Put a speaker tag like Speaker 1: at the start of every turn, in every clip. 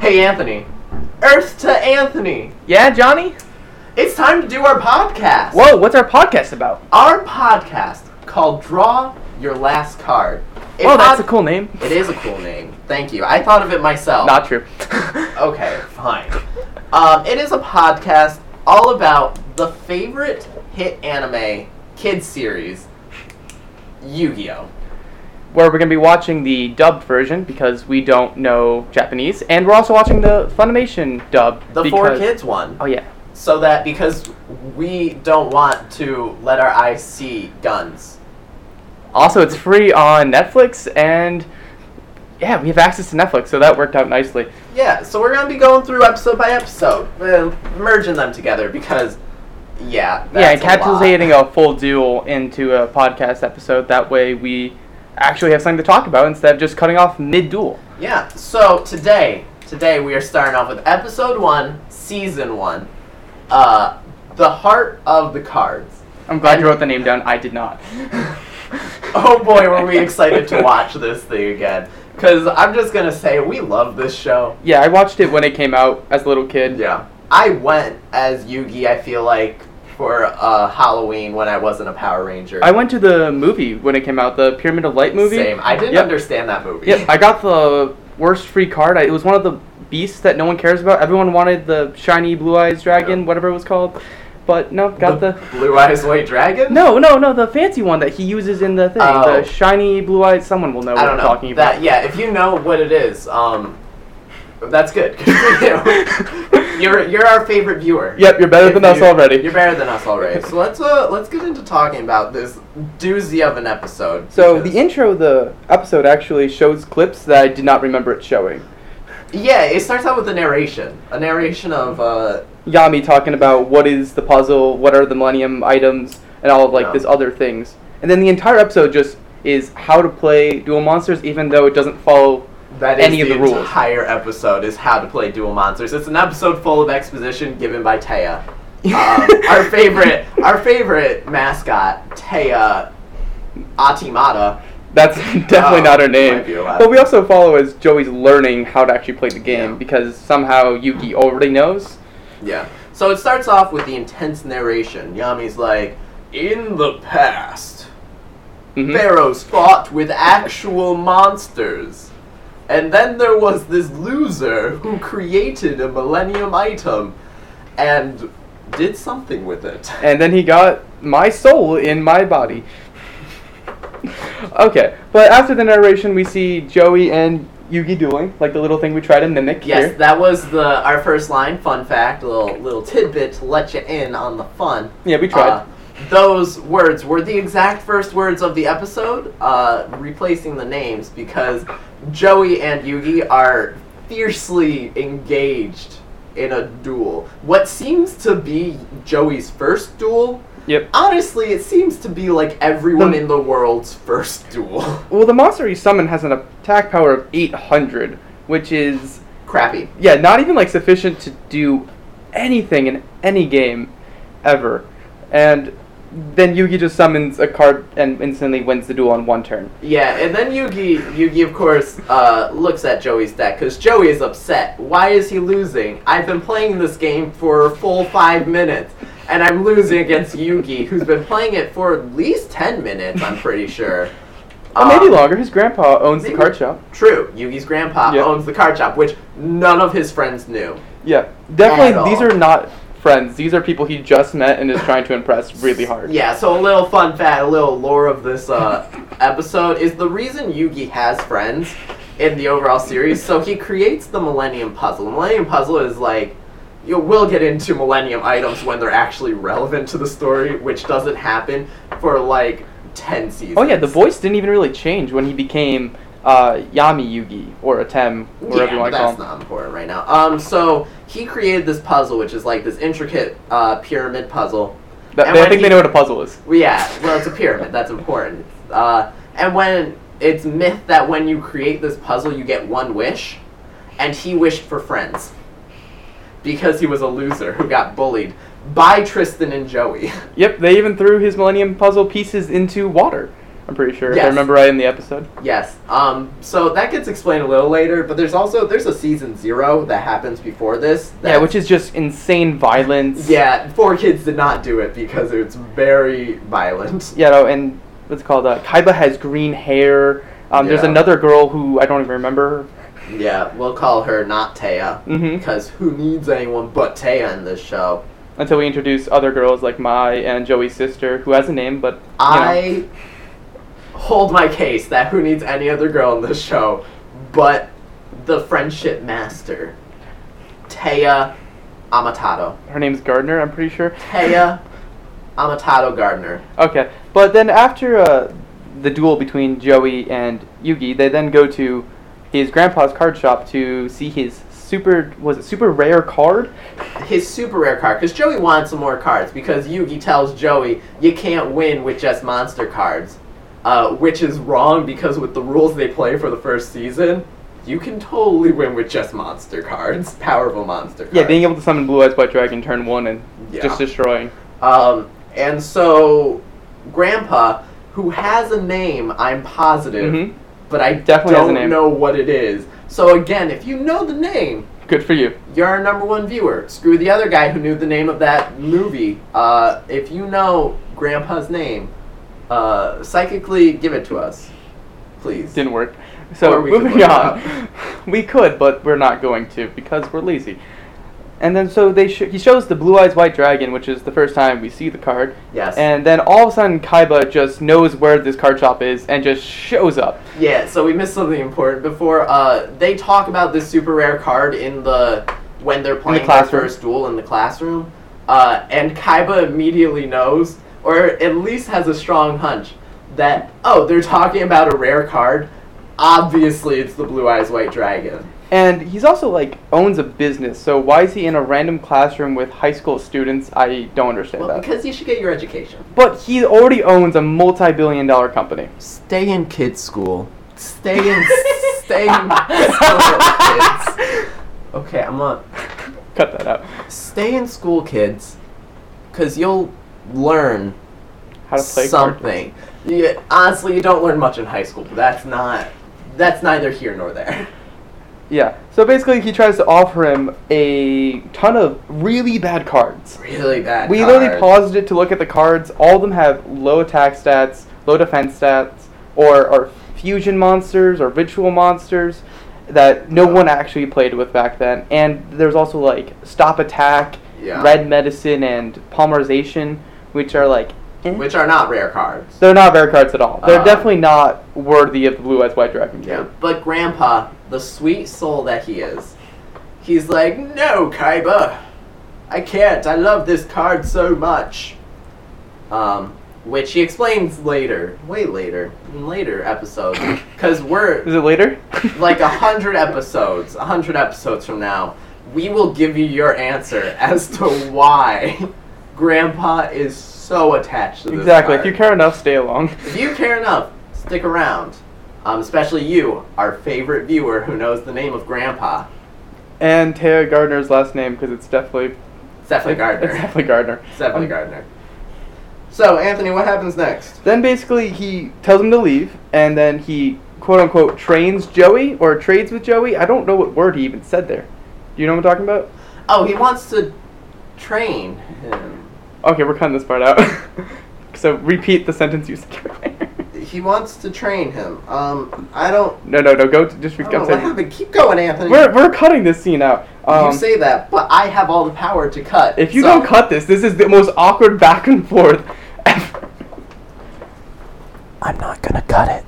Speaker 1: Hey Anthony. Earth to Anthony.
Speaker 2: Yeah, Johnny?
Speaker 1: It's time to do our podcast.
Speaker 2: Whoa, what's our podcast about?
Speaker 1: Our podcast called Draw Your Last Card. It
Speaker 2: Oh, that's a
Speaker 1: pod-
Speaker 2: cool name.
Speaker 1: It is a cool name. Thank you. I thought of it myself.
Speaker 2: Not true.
Speaker 1: Okay, fine. Um, it is a podcast all about the favorite hit anime kids series, Yu-Gi-Oh.
Speaker 2: Where we're going to be watching the dubbed version because we don't know Japanese. And we're also watching the Funimation dub.
Speaker 1: The four
Speaker 2: because-
Speaker 1: kids one.
Speaker 2: Oh, yeah.
Speaker 1: So that because we don't want to let our eyes see guns.
Speaker 2: Also, it's free on Netflix, and yeah, we have access to Netflix, so that worked out nicely.
Speaker 1: Yeah, so we're gonna be going through episode by episode, uh, merging them together because, yeah,
Speaker 2: yeah,
Speaker 1: that's a lot.
Speaker 2: encapsulating a, full duel into a podcast episode. That way, we actually have something to talk about instead of just cutting off mid duel.
Speaker 1: Yeah. So today, today we are starting off with episode one, season one, uh, the heart of the cards.
Speaker 2: I'm glad you wrote the name down. I did not.
Speaker 1: Oh boy, were we excited to watch this thing again? Because I'm just gonna say we love this show.
Speaker 2: Yeah, I watched it when it came out as a little kid.
Speaker 1: Yeah. I went as Yugi. I feel like for uh, Halloween when I wasn't a Power Ranger.
Speaker 2: I went to the movie when it came out, the Pyramid of Light movie.
Speaker 1: Same. I didn't
Speaker 2: Yep.
Speaker 1: understand that movie.
Speaker 2: Yep, I got the worst free card. I, it was one of the beasts that no one cares about. Everyone wanted the shiny blue eyes dragon,
Speaker 1: Yeah.
Speaker 2: whatever it was called. But no, got the.
Speaker 1: Blue Eyes White Dragon.
Speaker 2: No, no, no, the fancy one that he uses in the thing.
Speaker 1: Oh.
Speaker 2: The shiny blue eyes. Someone will know what
Speaker 1: I don't
Speaker 2: I'm
Speaker 1: know.
Speaker 2: talking
Speaker 1: that
Speaker 2: about.
Speaker 1: yeah, if you know what it is, um, that's good. you're you're our favorite viewer.
Speaker 2: Yep, you're better
Speaker 1: If
Speaker 2: than us
Speaker 1: you-
Speaker 2: already.
Speaker 1: You're better than us already. So let's uh let's get into talking about this doozy of an episode.
Speaker 2: So
Speaker 1: because-
Speaker 2: the intro of the episode actually shows clips that I did not remember it showing.
Speaker 1: yeah, it starts out with a narration, a narration of uh
Speaker 2: Yami talking about what is the puzzle, what are the Millennium items, and all of like
Speaker 1: Yeah.
Speaker 2: this other things. And then the entire episode just is how to play Duel Monsters, even though it doesn't follow.
Speaker 1: that is
Speaker 2: Any of
Speaker 1: the,
Speaker 2: the rules.
Speaker 1: entire episode is how to play Duel Monsters. It's an episode full of exposition given by Taya. um, our favorite, our favorite mascot, Taya Atimata.
Speaker 2: That's definitely
Speaker 1: Oh,
Speaker 2: not her
Speaker 1: might
Speaker 2: name.
Speaker 1: be allowed.
Speaker 2: But we also follow as Joey's learning how to actually play the game
Speaker 1: Yeah.
Speaker 2: because somehow Yuki already knows.
Speaker 1: Yeah. So it starts off with the intense narration. Yami's like, "In the past,
Speaker 2: Mhm.
Speaker 1: pharaohs fought with actual monsters." And then there was this loser who created a millennium item and did something with it.
Speaker 2: and then he got my soul in my body. okay, but after the narration, we see Joey and Yugi dueling, like the little thing we try to mimic
Speaker 1: Yes,
Speaker 2: here.
Speaker 1: that was the our first line. Fun fact, little little tidbit to let you in on the fun.
Speaker 2: yeah, we tried.
Speaker 1: Uh, those words were the exact first words of the episode, uh, replacing the names because Joey and Yugi are fiercely engaged in a duel. What seems to be Joey's first duel,
Speaker 2: yep.
Speaker 1: honestly, it seems to be like everyone
Speaker 2: The-
Speaker 1: in the world's first duel.
Speaker 2: Well, the monster you summon has an attack power of 800, which is
Speaker 1: Crappy.
Speaker 2: yeah, not even like sufficient to do anything in any game ever. And then Yugi just summons a card and instantly wins the duel on one turn.
Speaker 1: Yeah, and then Yugi, Yugi of course, uh, looks at Joey's deck because Joey is upset. Why is he losing? I've been playing this game for a full five minutes, and I'm losing against Yugi, who's been playing it for at least ten minutes. I'm pretty sure.
Speaker 2: Or maybe
Speaker 1: Um,
Speaker 2: longer. His grandpa owns the
Speaker 1: maybe-
Speaker 2: card shop.
Speaker 1: True, Yugi's grandpa
Speaker 2: Yeah.
Speaker 1: owns the card shop, which none of his friends knew.
Speaker 2: Yeah,
Speaker 1: At
Speaker 2: definitely. These
Speaker 1: all.
Speaker 2: are not friends. These are people he just met and is trying to impress really hard.
Speaker 1: Yeah, so a little fun fact, a little lore of this uh, episode is the reason Yugi has friends in the overall series. So he creates the Millennium Puzzle. The Millennium Puzzle is like, you know, we'll get into Millennium items when they're actually relevant to the story, which doesn't happen for like 10 seasons.
Speaker 2: Oh yeah, the voice didn't even really change when he became uh, Yami Yugi or Atem, whatever
Speaker 1: yeah, but
Speaker 2: you want to call
Speaker 1: that's
Speaker 2: him.
Speaker 1: not important right now. Um, so he created this puzzle, which is like this intricate uh, pyramid puzzle.
Speaker 2: That-
Speaker 1: And
Speaker 2: they- I
Speaker 1: when
Speaker 2: think
Speaker 1: he-
Speaker 2: they know what a puzzle is.
Speaker 1: Well, yeah, well, it's a pyramid. That's important. Uh, and when it's myth that when you create this puzzle, you get one wish, and he wished for friends because he was a loser who got bullied by Tristan and Joey.
Speaker 2: Yep, they even threw his Millennium Puzzle pieces into water I'm pretty sure. If I
Speaker 1: Yes.
Speaker 2: remember right in the episode.
Speaker 1: Yes. Um, so that gets explained a little later, but there's also there's a season zero that happens before this. That,
Speaker 2: Yeah, which is just insane violence.
Speaker 1: yeah, four kids did not do it because it's very violent.
Speaker 2: you know, and what's it called uh, Kaiba has green hair. Um, There's
Speaker 1: Yeah.
Speaker 2: another girl who I don't even remember.
Speaker 1: Yeah, we'll call her not Taya
Speaker 2: hmm
Speaker 1: because who needs anyone but Taya in this show?
Speaker 2: Until we introduce other girls like Mai and Joey's sister, who has a name, but you know.
Speaker 1: I hold my case that who needs any other girl in this show but the friendship master, Taya Amatato.
Speaker 2: her name's Gardner. I'm pretty sure.
Speaker 1: Taya Amatato Gardner.
Speaker 2: Okay, but then after uh, the duel between Joey and Yugi, they then go to his grandpa's card shop to see his super was it super rare card?
Speaker 1: His super rare card, because Joey wants some more cards, because Yugi tells Joey, you can't win with just monster cards. Uh, which is wrong, because with the rules they play for the first season, you can totally win with just monster cards. Powerful monster cards.
Speaker 2: Yeah, being able to summon Blue Eyes White Dragon turn one and
Speaker 1: Yeah.
Speaker 2: just destroying.
Speaker 1: Um, and so, Grandpa, who has a name, I'm positive,
Speaker 2: Mhm.
Speaker 1: but I
Speaker 2: Definitely has a
Speaker 1: don't
Speaker 2: name.
Speaker 1: know what it is. So again, if you know the name,
Speaker 2: Good for you.
Speaker 1: you're our number one viewer. Screw the other guy who knew the name of that movie. Uh, if you know Grandpa's name, uh, psychically give it to us, please.
Speaker 2: Didn't work. So
Speaker 1: Or we could
Speaker 2: moving
Speaker 1: look it
Speaker 2: on,
Speaker 1: up.
Speaker 2: we could, but we're not going to because we're lazy. And then so they sh- he shows the Blue Eyes White Dragon, which is the first time we see the card.
Speaker 1: Yes.
Speaker 2: And then all of a sudden, Kaiba just knows where this card shop is and just shows up.
Speaker 1: Yeah, so we missed something important before. Uh, they talk about this super rare card in the when they're playing their
Speaker 2: classroom.
Speaker 1: first duel in the classroom, uh, and Kaiba immediately knows, or at least has a strong hunch, that oh, they're talking about a rare card. Obviously, it's the Blue Eyes White Dragon.
Speaker 2: And he's also like owns a business, so why is he in a random classroom with high school students? I don't understand
Speaker 1: Well,
Speaker 2: that.
Speaker 1: because you should get your education.
Speaker 2: but he already owns a multi-billion dollar company.
Speaker 1: Stay in kids' school. Stay in stay in school, kids. Okay, I'm on.
Speaker 2: Cut that out.
Speaker 1: Stay in school, kids, because you'll learn
Speaker 2: How to play card
Speaker 1: something.
Speaker 2: games.
Speaker 1: You, honestly, you don't learn much in high school. But that's not. That's neither here nor there.
Speaker 2: Yeah. So basically, he tries to offer him a ton of really bad cards.
Speaker 1: Really bad.
Speaker 2: We
Speaker 1: card.
Speaker 2: literally paused it to look at the cards. All of them have low attack stats, low defense stats, or or fusion monsters or ritual monsters that no one actually played with back then. And there's also like stop attack,
Speaker 1: Yeah.
Speaker 2: red medicine, and polymerization, which are like eh.
Speaker 1: which are not rare cards.
Speaker 2: they're not rare cards at all. They're
Speaker 1: Uh,
Speaker 2: definitely not worthy of the blue eyes white dragon.
Speaker 1: Yeah. But Grandpa, the sweet soul that he is, he's like, no, Kaiba, I can't. I love this card so much. Um, which he explains later, way later, in later episodes, because we're
Speaker 2: Is it later?
Speaker 1: like a hundred episodes, a hundred episodes from now, we will give you your answer as to why Grandpa is so attached to this
Speaker 2: Exactly. If
Speaker 1: card.
Speaker 2: you care enough, stay along.
Speaker 1: If you care enough, stick around. Um, especially you, our favorite viewer who knows the name of Grandpa.
Speaker 2: And Taya Gardner's last name because it's definitely
Speaker 1: It's definitely
Speaker 2: It's
Speaker 1: Gardner.
Speaker 2: definitely Gardner.
Speaker 1: It's definitely
Speaker 2: Um,
Speaker 1: Gardner. So, Anthony, what happens next?
Speaker 2: Then basically he tells him to leave, and then he quote unquote trains Joey or trades with Joey. I don't know what word he even said there. Do you know what I'm talking about?
Speaker 1: Oh, he wants to train him.
Speaker 2: Okay, we're cutting this part out. so repeat the sentence you said. earlier.
Speaker 1: He wants to train him. Um, I don't.
Speaker 2: no, no, no. Go to, just
Speaker 1: I
Speaker 2: re-
Speaker 1: don't know Oh, what
Speaker 2: I'm saying,
Speaker 1: happened. Keep going, Anthony.
Speaker 2: we're we're cutting this scene out. Um,
Speaker 1: you say that, but I have all the power to cut.
Speaker 2: if you
Speaker 1: so-
Speaker 2: don't cut this, this is the most awkward back and forth ever.
Speaker 1: I'm not gonna cut it.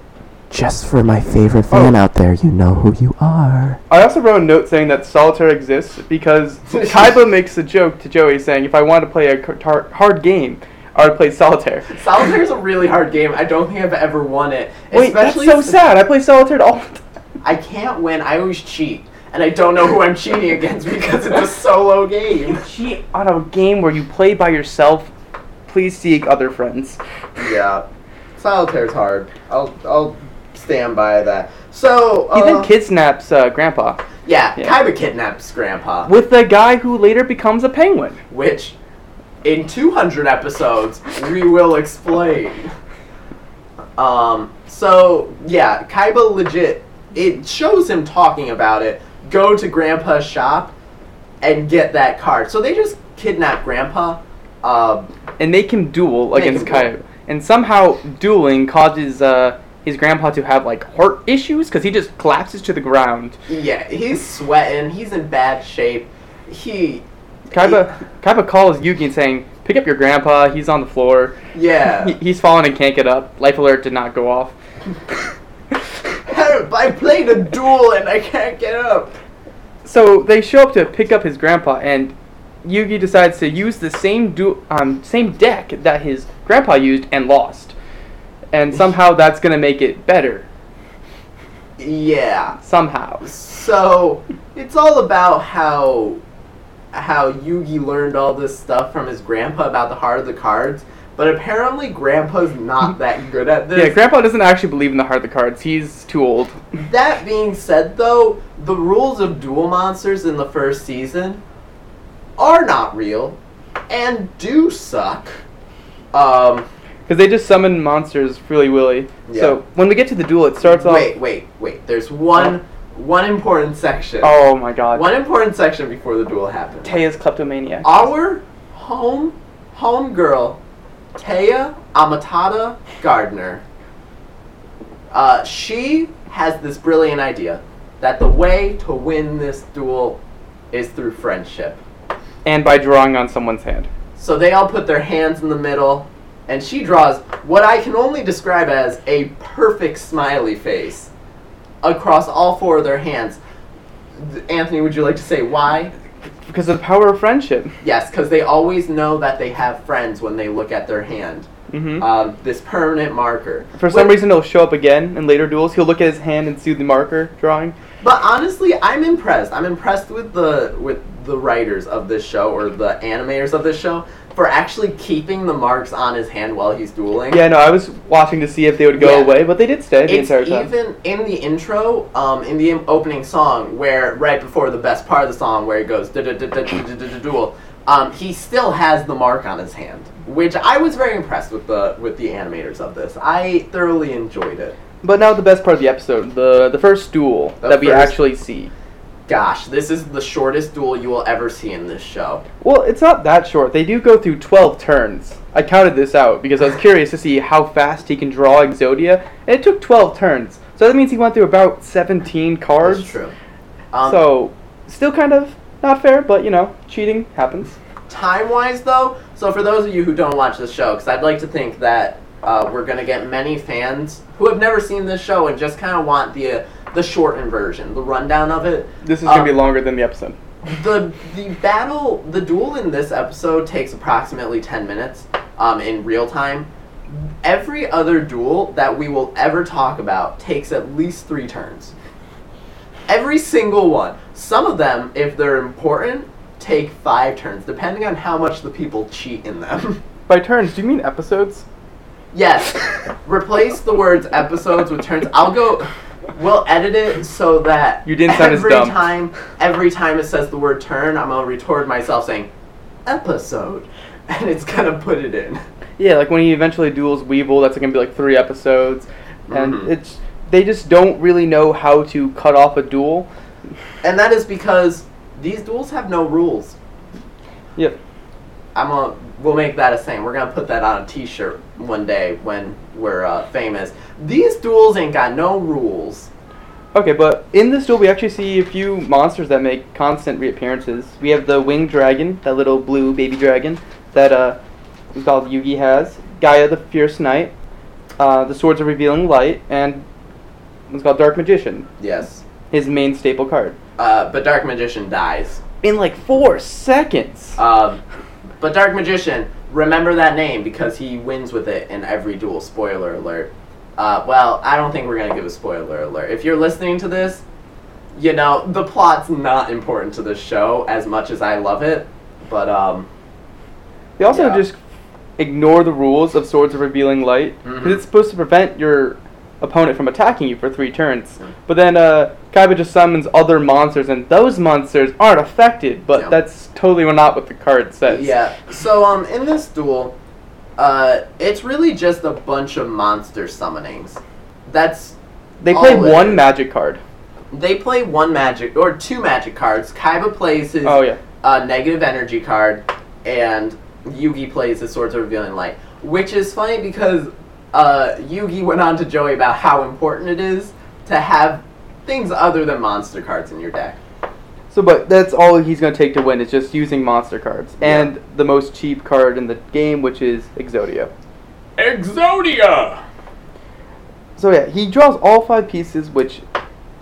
Speaker 1: Just for my favorite fan out there, you know who you are.
Speaker 2: I also wrote a note saying that solitaire exists because Kaiba makes a joke to Joey saying, if I want to play a car- tar- hard game, I would play solitaire.
Speaker 1: Solitaire is a really hard game. I don't think I've ever won it.
Speaker 2: Wait, that's
Speaker 1: Especially
Speaker 2: so
Speaker 1: since
Speaker 2: sad. I play solitaire all the time.
Speaker 1: I can't win. I always cheat, and I don't know who I'm cheating against because it's a solo game.
Speaker 2: Cheat on a game where you play by yourself. Please seek other friends.
Speaker 1: Yeah, solitaire's hard. I'll I'll stand by that. So
Speaker 2: He
Speaker 1: uh,
Speaker 2: then kidnaps uh, Grandpa
Speaker 1: yeah,
Speaker 2: Yeah.
Speaker 1: Kaiba kidnaps Grandpa,
Speaker 2: with the guy who later becomes a penguin.
Speaker 1: which in 200 episodes we will explain. Um, so yeah, Kaiba legit. It shows him talking about it. Go to Grandpa's shop and get that card. So they just kidnap Grandpa. Uh,
Speaker 2: and make him duel
Speaker 1: Make
Speaker 2: against
Speaker 1: him duel.
Speaker 2: Kaiba. And somehow dueling causes uh, his grandpa to have like heart issues because he just collapses to the ground.
Speaker 1: yeah, he's sweating. He's in bad shape. He.
Speaker 2: Kaiba Kaiba calls Yugi and saying, "Pick up your grandpa. He's on the floor. He-
Speaker 1: Yeah.
Speaker 2: he's fallen and can't get up. Life alert did not go off."
Speaker 1: Help! I played a duel and I can't get up.
Speaker 2: So they show up to pick up his grandpa, and Yugi decides to use the same du- um, same deck that his grandpa used and lost, and somehow that's gonna make it better.
Speaker 1: Yeah.
Speaker 2: Somehow,
Speaker 1: So it's all about how how Yugi learned all this stuff from his grandpa about the heart of the cards, but apparently grandpa's not that good at this.
Speaker 2: yeah. Grandpa doesn't actually believe in the heart of the cards. He's too old.
Speaker 1: that being said though, the rules of duel monsters in the first season are not real and do suck. Um
Speaker 2: Because they just summon monsters freely willy. So
Speaker 1: Yeah.
Speaker 2: when we get to the duel, it starts off.
Speaker 1: wait, wait, wait. There's one one important section.
Speaker 2: Oh my god.
Speaker 1: One important section before the duel happens.
Speaker 2: Taya's kleptomaniac.
Speaker 1: Ah. our home home girl, Taya Amatada Gardner. Uh, she has this brilliant idea that the way to win this duel is through friendship.
Speaker 2: and by drawing on someone's hand.
Speaker 1: So they all put their hands in the middle, and she draws what I can only describe as a perfect smiley face across all four of their hands. Th- Anthony, would you like to say why?
Speaker 2: Because of the power of friendship.
Speaker 1: Yes, because they always know that they have friends when they look at their hand.
Speaker 2: hmm
Speaker 1: Um, this permanent marker.
Speaker 2: For some
Speaker 1: Which-
Speaker 2: reason, it'll show up again in later duels. He'll look at his hand and see the marker drawing.
Speaker 1: But honestly, I'm impressed. I'm impressed with the with the writers of this show or the animators of this show for actually keeping the marks on his hand while he's dueling.
Speaker 2: Yeah, no, I was watching to see if they would go
Speaker 1: Yeah.
Speaker 2: away, but they did stay the
Speaker 1: It's
Speaker 2: entire time.
Speaker 1: even in the intro, um, in the opening song, where right before the best part of the song, where it goes "Da- da- da- da- da- da- da- da- duel, um, he still has the mark on his hand, which I was very impressed with the with the animators of this. I thoroughly enjoyed it.
Speaker 2: But now the best part of the episode, the the first duel
Speaker 1: The
Speaker 2: that we
Speaker 1: first-
Speaker 2: actually see.
Speaker 1: Gosh, this is the shortest duel you will ever see in this show.
Speaker 2: Well, it's not that short. They do go through 12 turns. I counted this out because I was curious to see how fast he can draw Exodia, and it took 12 turns. So that means he went through about 17 cards.
Speaker 1: That's true. Um,
Speaker 2: so, still kind of not fair, but you know, cheating happens.
Speaker 1: time wise though so for those of you who don't watch the show because i'd like to think that uh, we're going to get many fans who have never seen this show and just kind of want the uh, the shortened version the rundown of it
Speaker 2: This is
Speaker 1: Um,
Speaker 2: gonna be longer than the episode.
Speaker 1: the the battle the duel in this episode takes approximately 10 minutes um, in real time every other duel that we will ever talk about takes at least three turns every single one some of them if they're important take five turns depending on how much the people cheat in them
Speaker 2: By turns, do you mean episodes?
Speaker 1: Yes. Replace the words episodes with turns. I'll go. We'll edit it so that
Speaker 2: You didn't sound as
Speaker 1: every
Speaker 2: dumb.
Speaker 1: time every time it says the word turn, I'm gonna retort myself saying episode, and it's gonna put it in.
Speaker 2: Yeah, like when he eventually duels Weevil, that's gonna be like three episodes, and
Speaker 1: Mhm.
Speaker 2: it's they just don't really know how to cut off a duel.
Speaker 1: And that is because these duels have no rules.
Speaker 2: Yep.
Speaker 1: I'm gonna we'll make that a saying. We're gonna put that on a T-shirt one day when we're uh, famous. These duels ain't got no rules.
Speaker 2: Okay, but in this duel, we actually see a few monsters that make constant reappearances. We have the winged dragon, that little blue baby dragon that uh, we called Yugi has. Gaia, the fierce knight. Uh, the swords of revealing light, and what's called dark magician,
Speaker 1: Yes.
Speaker 2: his main staple card.
Speaker 1: Uh, but Dark Magician dies.
Speaker 2: In like four seconds.
Speaker 1: Um, but Dark Magician, remember that name because he wins with it in every duel. Spoiler alert. Uh, well, I don't think we're gonna give a spoiler alert. If you're listening to this, you know the plot's not important to the show as much as I love it. But um,
Speaker 2: They also
Speaker 1: Yeah.
Speaker 2: just ignore the rules of Swords of Revealing Light because
Speaker 1: Mhm.
Speaker 2: it's supposed to prevent your opponent from attacking you for three turns. But then uh, Kaiba just summons other monsters, and those monsters aren't affected. But
Speaker 1: Yeah.
Speaker 2: that's totally not what the card says.
Speaker 1: yeah. So um, in this duel, Uh, it's really just a bunch of monster summonings. That's
Speaker 2: They play
Speaker 1: All in.
Speaker 2: one magic card.
Speaker 1: they play one magic or two magic cards. Kaiba plays his
Speaker 2: Oh yeah.
Speaker 1: uh, negative energy card, and Yugi plays his Swords of Revealing Light, which is funny because uh, Yugi went on to Joey about how important it is to have things other than monster cards in your deck.
Speaker 2: So, but that's all he's going to take to win is just using monster cards
Speaker 1: Yeah.
Speaker 2: and the most cheap card in the game, which is Exodia.
Speaker 1: Exodia.
Speaker 2: So yeah, he draws all five pieces, which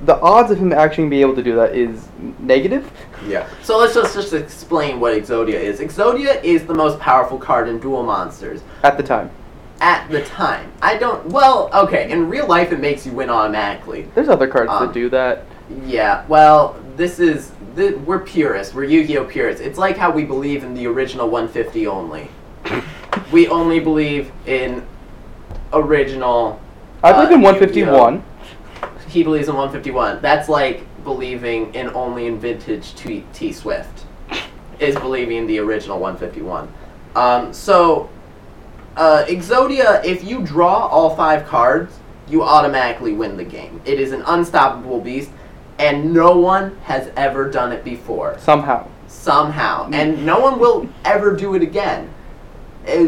Speaker 2: the odds of him actually being able to do that is negative.
Speaker 1: Yeah. So let's just just explain what Exodia is. Exodia is the most powerful card in Duel Monsters.
Speaker 2: at the time.
Speaker 1: at the time. I don't. Well, okay. In real life, it makes you win automatically.
Speaker 2: There's other cards
Speaker 1: Um,
Speaker 2: that do that.
Speaker 1: Yeah. Well, this is. Th- we're purists. We're Yu-Gi-Oh purists. It's like how we believe in the original 150 only. we only believe in original.
Speaker 2: I believe
Speaker 1: uh,
Speaker 2: in 151.
Speaker 1: He believes in 151. That's like believing in only in vintage T, T Swift. Is believing in the original 151. Um, so, uh, Exodia, if you draw all five cards, you automatically win the game. It is an unstoppable beast, and no one has ever done it before
Speaker 2: Somehow,
Speaker 1: somehow, and no one will ever do it again. Uh,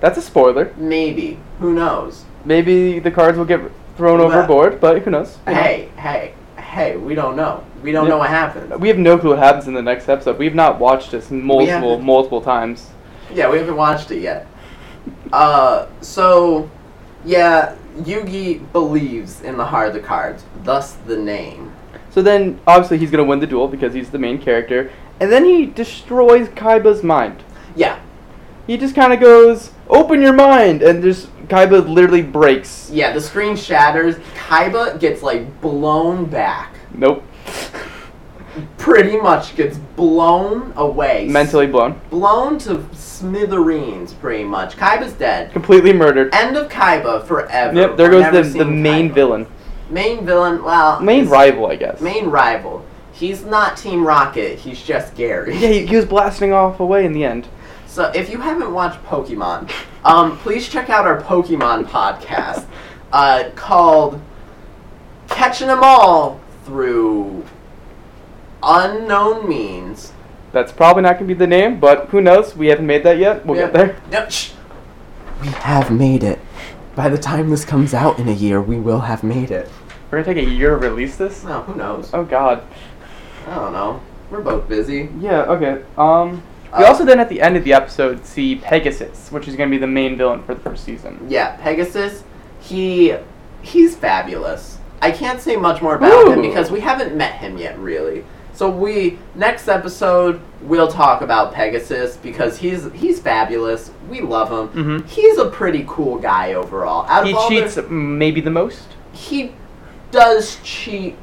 Speaker 2: that's a spoiler.
Speaker 1: maybe who knows?
Speaker 2: Maybe the cards will get thrown
Speaker 1: Well-
Speaker 2: overboard, but who knows? You know.
Speaker 1: Hey, hey, hey! We don't know. We don't
Speaker 2: Yeah.
Speaker 1: know what happened.
Speaker 2: We have no clue what happens in the next episode. We've not watched this multiple,
Speaker 1: haven't.
Speaker 2: multiple times.
Speaker 1: Yeah, we haven't watched it yet. Uh, so, yeah, Yugi believes in the heart of the cards, thus the name.
Speaker 2: So then, obviously, he's gonna win the duel because he's the main character, and then he destroys Kaiba's mind.
Speaker 1: Yeah,
Speaker 2: He just kind of goes, "Open your mind," and just Kaiba literally breaks.
Speaker 1: yeah, the screen shatters. Kaiba gets, like, blown back.
Speaker 2: Nope,
Speaker 1: Pretty much gets blown away.
Speaker 2: mentally blown,
Speaker 1: Blown to smithereens, pretty much. Kaiba's dead.
Speaker 2: completely murdered.
Speaker 1: End of Kaiba forever.
Speaker 2: Yep, there
Speaker 1: We're
Speaker 2: goes
Speaker 1: never
Speaker 2: the, the
Speaker 1: seeing
Speaker 2: main
Speaker 1: Kaiba.
Speaker 2: villain,
Speaker 1: Main villain, well.
Speaker 2: main
Speaker 1: his
Speaker 2: rival, I guess.
Speaker 1: Main rival. He's not Team Rocket, he's just Gary.
Speaker 2: Yeah, he, he was blasting off away in the end.
Speaker 1: So if you haven't watched Pokemon, um, please check out our Pokemon podcast uh, called Catching 'em All Through Unknown Means.
Speaker 2: That's probably not gonna be the name, but who knows? We haven't made that yet. We'll
Speaker 1: Yeah.
Speaker 2: get there.
Speaker 1: No, shh. We have made it. By the time this comes out in a year, we will have made it.
Speaker 2: We're gonna take a year to release this.
Speaker 1: No, who knows?
Speaker 2: Oh God.
Speaker 1: I don't know. We're both busy.
Speaker 2: Yeah. Okay. Um. We
Speaker 1: Uh,
Speaker 2: also then at the end of the episode see Pegasus, which is gonna be the main villain for the first season.
Speaker 1: Yeah, Pegasus. He he's fabulous. I can't say much more about him
Speaker 2: Ooh.
Speaker 1: because we haven't met him yet, really. So we next episode we'll talk about Pegasus because he's he's fabulous. We love him.
Speaker 2: Mm-hmm.
Speaker 1: He's a pretty cool guy overall. Out of
Speaker 2: He
Speaker 1: all the-
Speaker 2: cheats maybe the most.
Speaker 1: he does cheat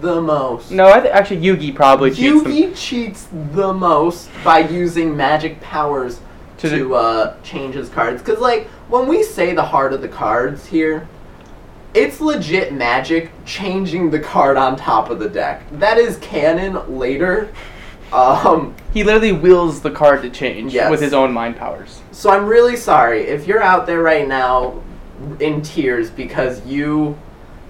Speaker 1: the most.
Speaker 2: No, I th- actually Yugi probably cheats
Speaker 1: Yugi
Speaker 2: them
Speaker 1: cheats the most by using magic powers
Speaker 2: To
Speaker 1: to,
Speaker 2: the-
Speaker 1: uh, change his cards. Because, like, when we say the heart of the cards here, it's legit magic changing the card on top of the deck. That is canon later. Um,
Speaker 2: He literally wills the card to change
Speaker 1: Yes.
Speaker 2: with his own mind powers.
Speaker 1: so I'm really sorry if you're out there right now in tears because you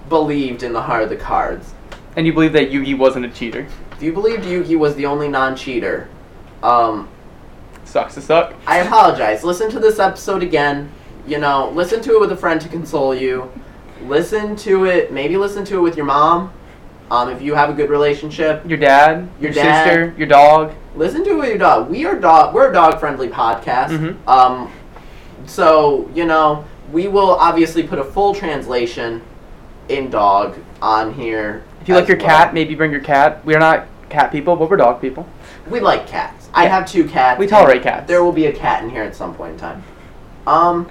Speaker 1: believed in the heart of the cards.
Speaker 2: And you believe that Yugi wasn't a cheater.
Speaker 1: If you believed Yugi was the only non cheater, um,
Speaker 2: Sucks to suck.
Speaker 1: I apologize. Listen to this episode again. You know, listen to it with a friend to console you. Listen to it, maybe listen to it with your mom. Um, if you have a good relationship,
Speaker 2: Your dad,
Speaker 1: Your
Speaker 2: your,
Speaker 1: dad.
Speaker 2: sister, your dog.
Speaker 1: listen to it with your dog. We are dog. We're a dog-friendly podcast.
Speaker 2: Mhm.
Speaker 1: Um, so you know, we will obviously put a full translation in dog on here.
Speaker 2: If you like
Speaker 1: as
Speaker 2: your
Speaker 1: well.
Speaker 2: cat, maybe bring your cat. We're not cat people, but we're dog people.
Speaker 1: we like cats. I
Speaker 2: Yeah.
Speaker 1: have two cats.
Speaker 2: We tolerate cats.
Speaker 1: There will be a cat in here at some point in time. Um,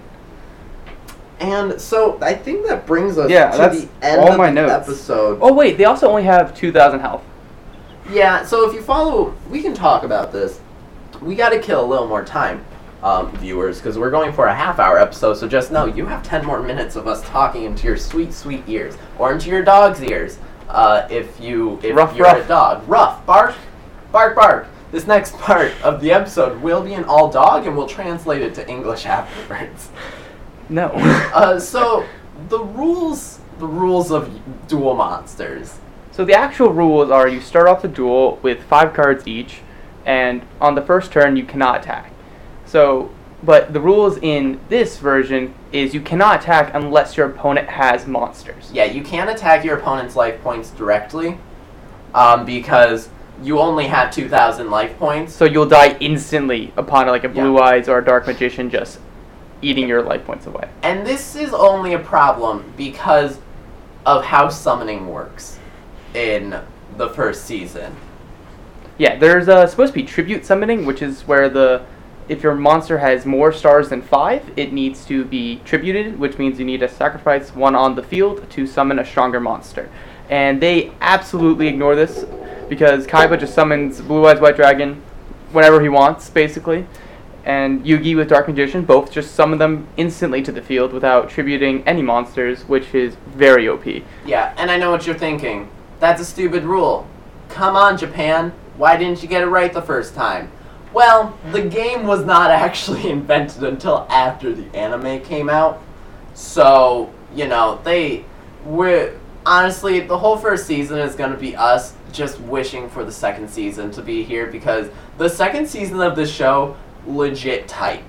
Speaker 1: and so I think that brings us
Speaker 2: Yeah,
Speaker 1: to
Speaker 2: that's
Speaker 1: the end
Speaker 2: all
Speaker 1: of
Speaker 2: my
Speaker 1: the
Speaker 2: notes.
Speaker 1: episode.
Speaker 2: Oh wait, they also only have two thousand health.
Speaker 1: Yeah, so if you follow, we can talk about this. We got to kill a little more time, um, viewers, because we're going for a half hour episode, so just know you have 10 more minutes of us talking into your sweet, sweet ears, or into your dog's ears, uh, if, you, if
Speaker 2: Ruff,
Speaker 1: you're
Speaker 2: ruff.
Speaker 1: a dog. Rough, bark, bark, bark. This next part of the episode will be an all dog, and we'll translate it to English afterwards.
Speaker 2: No.
Speaker 1: Uh, so the rules, the rules of dual monsters.
Speaker 2: So the actual rules are you start off the duel with five cards each, and on the first turn you cannot attack. So, but the rules in this version is you cannot attack unless your opponent has monsters.
Speaker 1: Yeah, you can attack your opponent's life points directly, um, because you only have two thousand life points.
Speaker 2: So you'll die instantly upon like a
Speaker 1: Yeah.
Speaker 2: blue eyes or a dark magician just eating your life points away.
Speaker 1: And this is only a problem because of how summoning works in the first season.
Speaker 2: Yeah, there's uh, supposed to be tribute summoning, which is where the if your monster has more stars than five, it needs to be tributed, which means you need to sacrifice one on the field to summon a stronger monster. And they absolutely ignore this because Kaiba just summons Blue Eyes White Dragon whenever he wants, basically. And Yugi with Dark Magician both just summon them instantly to the field without tributing any monsters, which is very OP.
Speaker 1: Yeah, and I know what you're thinking. That's a stupid rule. Come on, Japan. Why didn't you get it right the first time? Well, the game was not actually invented until after the anime came out. So, you know, they were honestly the whole first season is going to be us just wishing for the second season to be here because the second season of the show legit tight.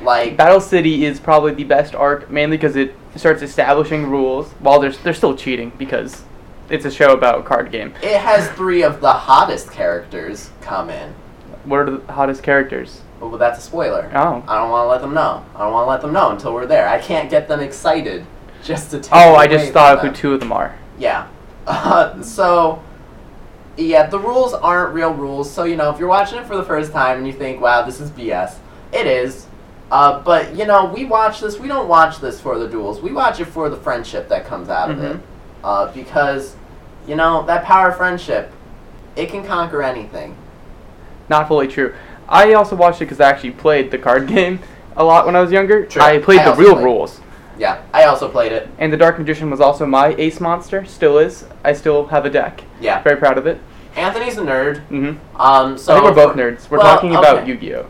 Speaker 1: Like
Speaker 2: Battle City is probably the best arc, mainly because it starts establishing rules. While there's they're still cheating because it's a show about a card game.
Speaker 1: it has 3 of the hottest characters come in.
Speaker 2: What are the hottest characters?
Speaker 1: Well, that's a spoiler.
Speaker 2: Oh,
Speaker 1: I don't want to let them know. I don't want to let them know until we're there. I can't get them excited just to take
Speaker 2: oh,
Speaker 1: it
Speaker 2: I
Speaker 1: away
Speaker 2: just
Speaker 1: from
Speaker 2: thought of
Speaker 1: them.
Speaker 2: who two of them are.
Speaker 1: Yeah. Uh, so, yeah, the rules aren't real rules. So, you know, if you're watching it for the first time and you think, wow, this is BS, it is. Uh, but, you know, we watch this. We don't watch this for the duels. We watch it for the friendship that comes out of
Speaker 2: Mhm.
Speaker 1: it. Uh, because, you know, that power of friendship, it can conquer anything.
Speaker 2: Not fully true. I also watched it because I actually played the card game a lot when I was younger.
Speaker 1: True.
Speaker 2: I played
Speaker 1: I
Speaker 2: the
Speaker 1: also
Speaker 2: real
Speaker 1: played.
Speaker 2: rules,
Speaker 1: Yeah, I also played it.
Speaker 2: and the Dark Magician was also my ace monster. Still is. I still have a deck.
Speaker 1: Yeah.
Speaker 2: Very proud of it.
Speaker 1: Anthony's a nerd.
Speaker 2: hmm
Speaker 1: Um, so
Speaker 2: I think we're both nerds. We're
Speaker 1: Well,
Speaker 2: talking about
Speaker 1: okay.
Speaker 2: Yu-Gi-Oh.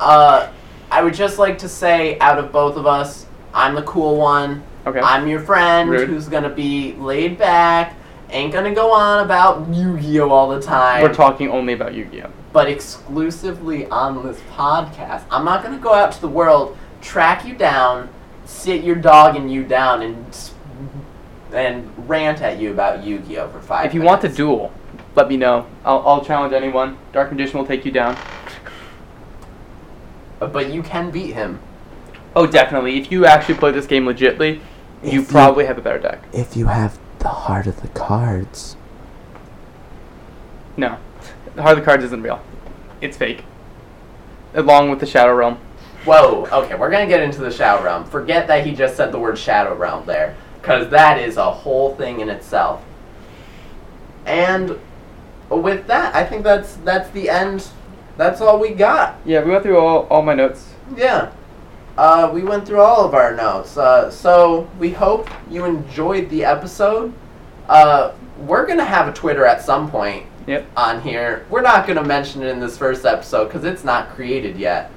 Speaker 1: Uh, I would just like to say, out of both of us, I'm the cool one.
Speaker 2: Okay.
Speaker 1: I'm your friend
Speaker 2: Rude.
Speaker 1: who's gonna be laid back, ain't gonna go on about Yu-Gi-Oh all the time,
Speaker 2: we're talking only about Yu-Gi-Oh.
Speaker 1: but exclusively on this podcast. I'm not gonna go out to the world, track you down, sit your dog and you down, and s- and rant at you about Yu-Gi-Oh for five.
Speaker 2: If you want to
Speaker 1: minutes.
Speaker 2: duel, let me know. I'll, I'll challenge anyone. Dark Magician will take you down.
Speaker 1: but you can beat him
Speaker 2: Oh, definitely. If you actually play this game legitly, you
Speaker 1: If you-
Speaker 2: probably have a better deck.
Speaker 1: if you have the heart of the cards.
Speaker 2: No. Heart of the Cards isn't real. It's fake. Along with the Shadow Realm.
Speaker 1: Whoa, okay, we're gonna get into the Shadow Realm. Forget that he just said the word Shadow Realm there, because that is a whole thing in itself. And with that, I think that's that's the end. That's all we got.
Speaker 2: Yeah, we went through all, all my notes.
Speaker 1: Yeah. Uh, we went through all of our notes. Uh, so we hope you enjoyed the episode. Uh, we're gonna have a Twitter at some point
Speaker 2: Yep.
Speaker 1: on here. We're not going to mention it in this first episode because it's not created yet.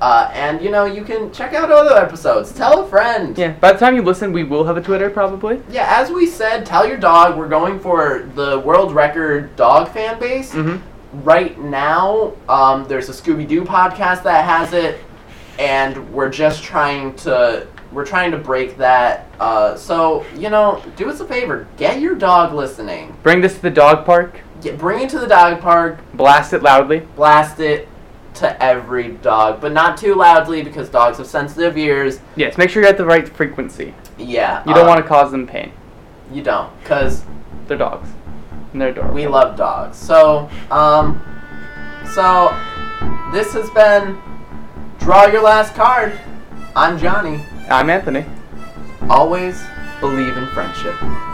Speaker 1: Uh, and you know, you can check out other episodes. Tell a friend.
Speaker 2: Yeah. By the time you listen, we will have a Twitter probably.
Speaker 1: Yeah, as we said, tell your dog we're going for the world record dog fan base.
Speaker 2: Mm-hmm.
Speaker 1: Right now, um, there's a Scooby Doo podcast that has it, and we're just trying to we're trying to break that. Uh, so you know, do us a favor, get your dog listening.
Speaker 2: Bring this to the dog park.
Speaker 1: Get, bring it to the dog park.
Speaker 2: Blast it loudly.
Speaker 1: blast it to every dog, but not too loudly because dogs have sensitive ears.
Speaker 2: Yes. Make sure you're at the right frequency.
Speaker 1: Yeah,
Speaker 2: You don't
Speaker 1: uh,
Speaker 2: want to cause them pain.
Speaker 1: You don't, because
Speaker 2: They're dogs. And they're adorable.
Speaker 1: we love dogs. So, um, so this has been draw your last card. I'm Johnny.
Speaker 2: I'm Anthony.
Speaker 1: Always believe in friendship.